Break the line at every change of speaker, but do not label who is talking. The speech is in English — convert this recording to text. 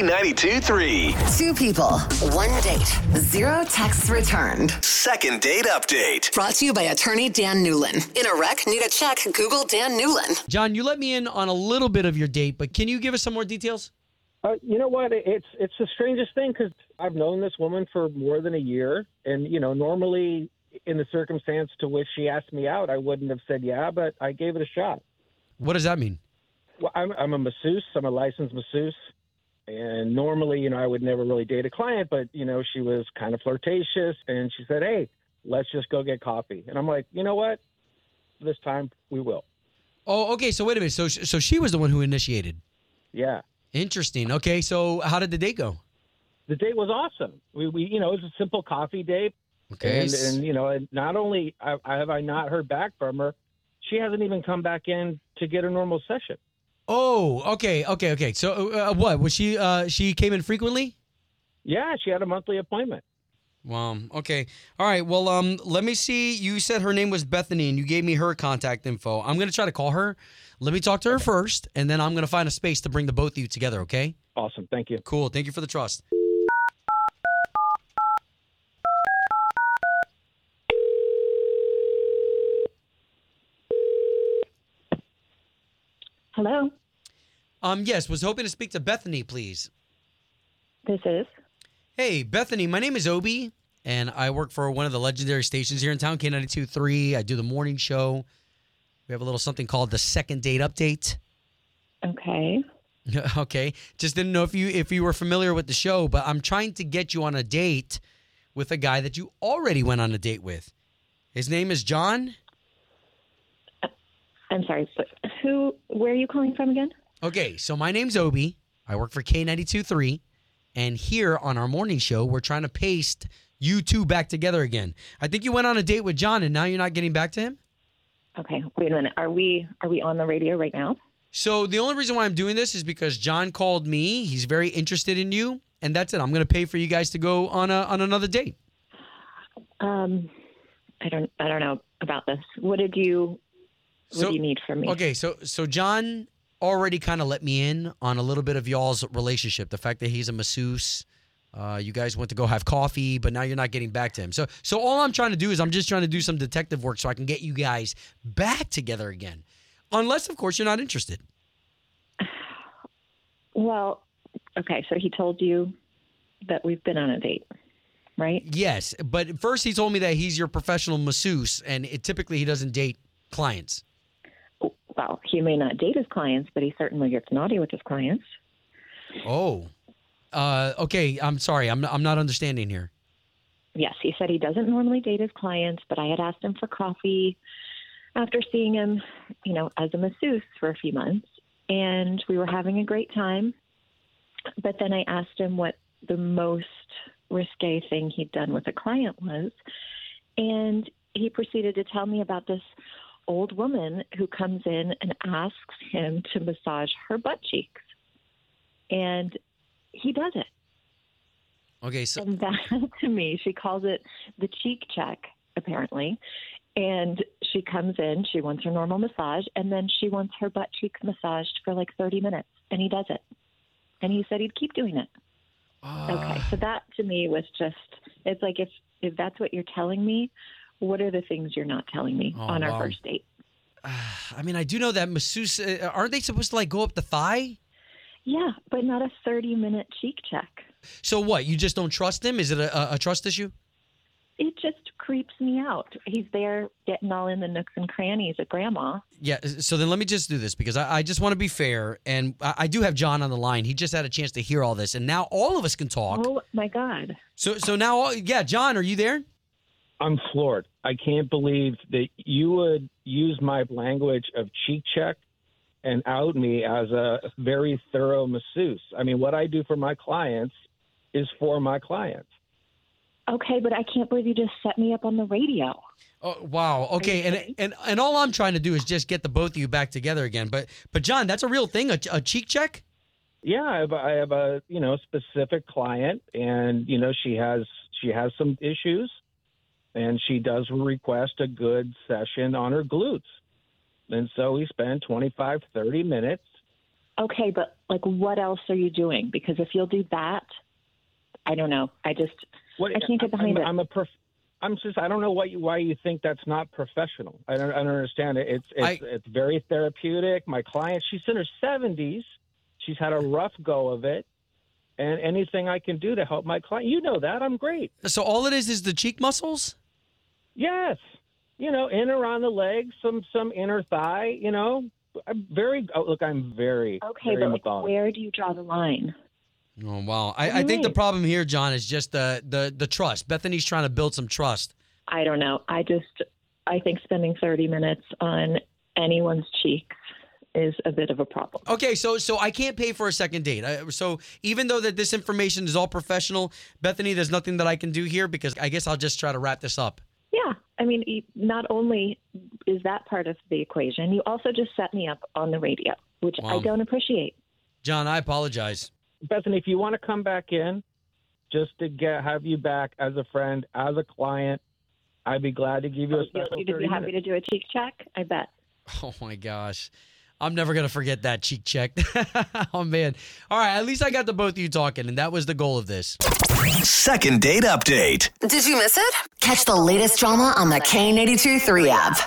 K92 3.
Two people, one date, zero texts returned.
Second date update.
Brought to you by attorney Dan Newlin. In a wreck, need a check, Google Dan Newlin.
John, you let me in on a little bit of your date, but can you give us some more details?
Uh, you know what? It- It's it's the strangest thing because I've known this woman for more than a year, and you know, normally in the circumstance to which she asked me out, I wouldn't have said yeah, but I gave it a shot.
What does that mean?
Well, I'm I'm a masseuse. I'm a licensed masseuse, and normally, you know, I would never really date a client, but you know, she was kind of flirtatious, and she said, "Hey, let's just go get coffee," and I'm like, you know what? This time we will.
Oh, okay. So wait a minute. So sh- so she was the one who initiated.
Yeah.
Interesting. Okay. So how did the date go?
The date was awesome. We, we you know, it was a simple coffee date.
Okay.
And, and you know, and not only I, I have I not heard back from her, she hasn't even come back in to get a normal session.
oh, okay. Okay. Okay. So uh, what was she? Uh, she came in frequently.
Yeah, she had a monthly appointment.
Wow. Um, Okay. All right. Well, um, let me see. You said her name was Bethany, and you gave me her contact info. I'm gonna try to call her. Let me talk to her first, and then I'm gonna find a space to bring the both of you together. Okay.
Awesome, thank you.
Cool. Thank you for the trust.
Hello,
Um, yes. Was hoping to speak to Bethany, please.
this is.
Hey, Bethany, my name is Obi, and I work for one of the legendary stations here in town, K92.3. I do the morning show. We have a little something called the second date update.
Okay.
okay. Just didn't know if you if you were familiar with the show, but I'm trying to get you on a date with a guy that you already went on a date with. His name is John.
I'm sorry, but who, where are you calling from again?
Okay, so my name's Obi. I work for K92.3. And here on our morning show, we're trying to paste you two back together again. I think you went on a date with John and now you're not getting back to him?
Okay, wait a minute. Are we, are we on the radio right now?
So the only reason why I'm doing this is because John called me. He's very interested in you, and that's it. I'm going to pay for you guys to go on a on another date.
Um, I don't, I don't know about this. What did you, what
So-
do you need from me?
Okay, so so John already kind of let me in on a little bit of y'all's relationship. The fact that he's a masseuse, uh, you guys went to go have coffee, but now you're not getting back to him. So so all I'm trying to do is I'm just trying to do some detective work so I can get you guys back together again. Unless of course you're not interested.
Well, okay, so he told you that we've been on a date, right?
Yes, but first he told me that he's your professional masseuse, and it, typically he doesn't date clients. Mm-hmm.
Well, he may not date his clients, but he certainly gets naughty with his clients.
Oh. Uh, okay, I'm sorry. I'm I'm not understanding here.
Yes, he said he doesn't normally date his clients, but I had asked him for coffee after seeing him, you know, as a masseuse for a few months, and we were having a great time. But then I asked him what the most risque thing he'd done with a client was, and he proceeded to tell me about this old woman who comes in and asks him to massage her butt cheeks. And he does it.
Okay, so
And that to me, she calls it the cheek check, apparently. And she comes in, she wants her normal massage, and then she wants her butt cheeks massaged for like 30 minutes. And he does it. And he said he'd keep doing it. Okay. So that to me was just, it's like if, if that's what you're telling me, what are the things you're not telling me
Oh,
on our
wow.
first date?
I mean, I do know that masseuse uh, aren't they supposed to like go up the thigh?
Yeah, but not a 30 minute cheek check.
So what? You just don't trust him? Is it a, a, a trust issue?
It just creeps me out. He's there getting all in the nooks and crannies of grandma.
Yeah. uh, So then let me just do this because I, I just want to be fair, and I, I do have John on the line. He just had a chance to hear all this, and now all of us can talk.
Oh my God.
So so now, all, yeah, John, are you there?
I'm floored. I can't believe that you would use my language of cheek check and out me as a very thorough masseuse. I mean, what I do for my clients is for my clients.
Okay, but I can't believe you just set me up on the radio.
Oh, wow. Okay. And,
kidding?
and and all I'm trying to do is just get the both of you back together again. But but John, that's a real thing. A, a cheek check.
Yeah, I have, I have a you know specific client, and you know she has she has some issues, and she does request a good session on her glutes, and so we spend 25, 30 minutes
okay, but like, what else are you doing? Because if you'll do that, I don't know. I just,
What,
I can't get
I'm-
behind
I'm,
it.
I'm a prof- I'm just. I don't know why you why you think that's not professional. I don't, I don't understand it. It's it's,
I-
it's very therapeutic. My client, she's in her seventies. She's had a rough go of it, and anything I can do to help my client, you know that I'm great.
So all it is is the cheek muscles.
Yes, you know, in or on the leg, some some inner thigh. You know, I'm very. Oh, look, I'm very
okay,
very
but like,
methodical.
where do you draw the line?
Oh wow!
What do
I, I
you
think the
mean?
problem here, John, is just the the the trust. Bethany's trying to build some trust.
I don't know. I just, I think spending 30 minutes on anyone's cheeks is a bit of a problem.
Okay, so so I can't pay for a second date. I, so even though that this information is all professional, Bethany, there's nothing that I can do here because I guess I'll just try to wrap this up.
Yeah. I mean, you- not only is that part of the equation, you also just set me up on the radio, which
Wow.
I don't appreciate.
John, I apologize.
Bethany, if you want to come back in, just to get have you back as a friend, as a client, I'd be glad to give you a special
You'd be
30
happy
minutes.
to do a cheek check, I bet.
Oh my gosh. I'm never gonna forget that cheek check. oh man. All right, at least I got the both of you talking, and that was the goal of this.
Second date update.
Did you miss it? Catch the latest drama on the K82 3 app.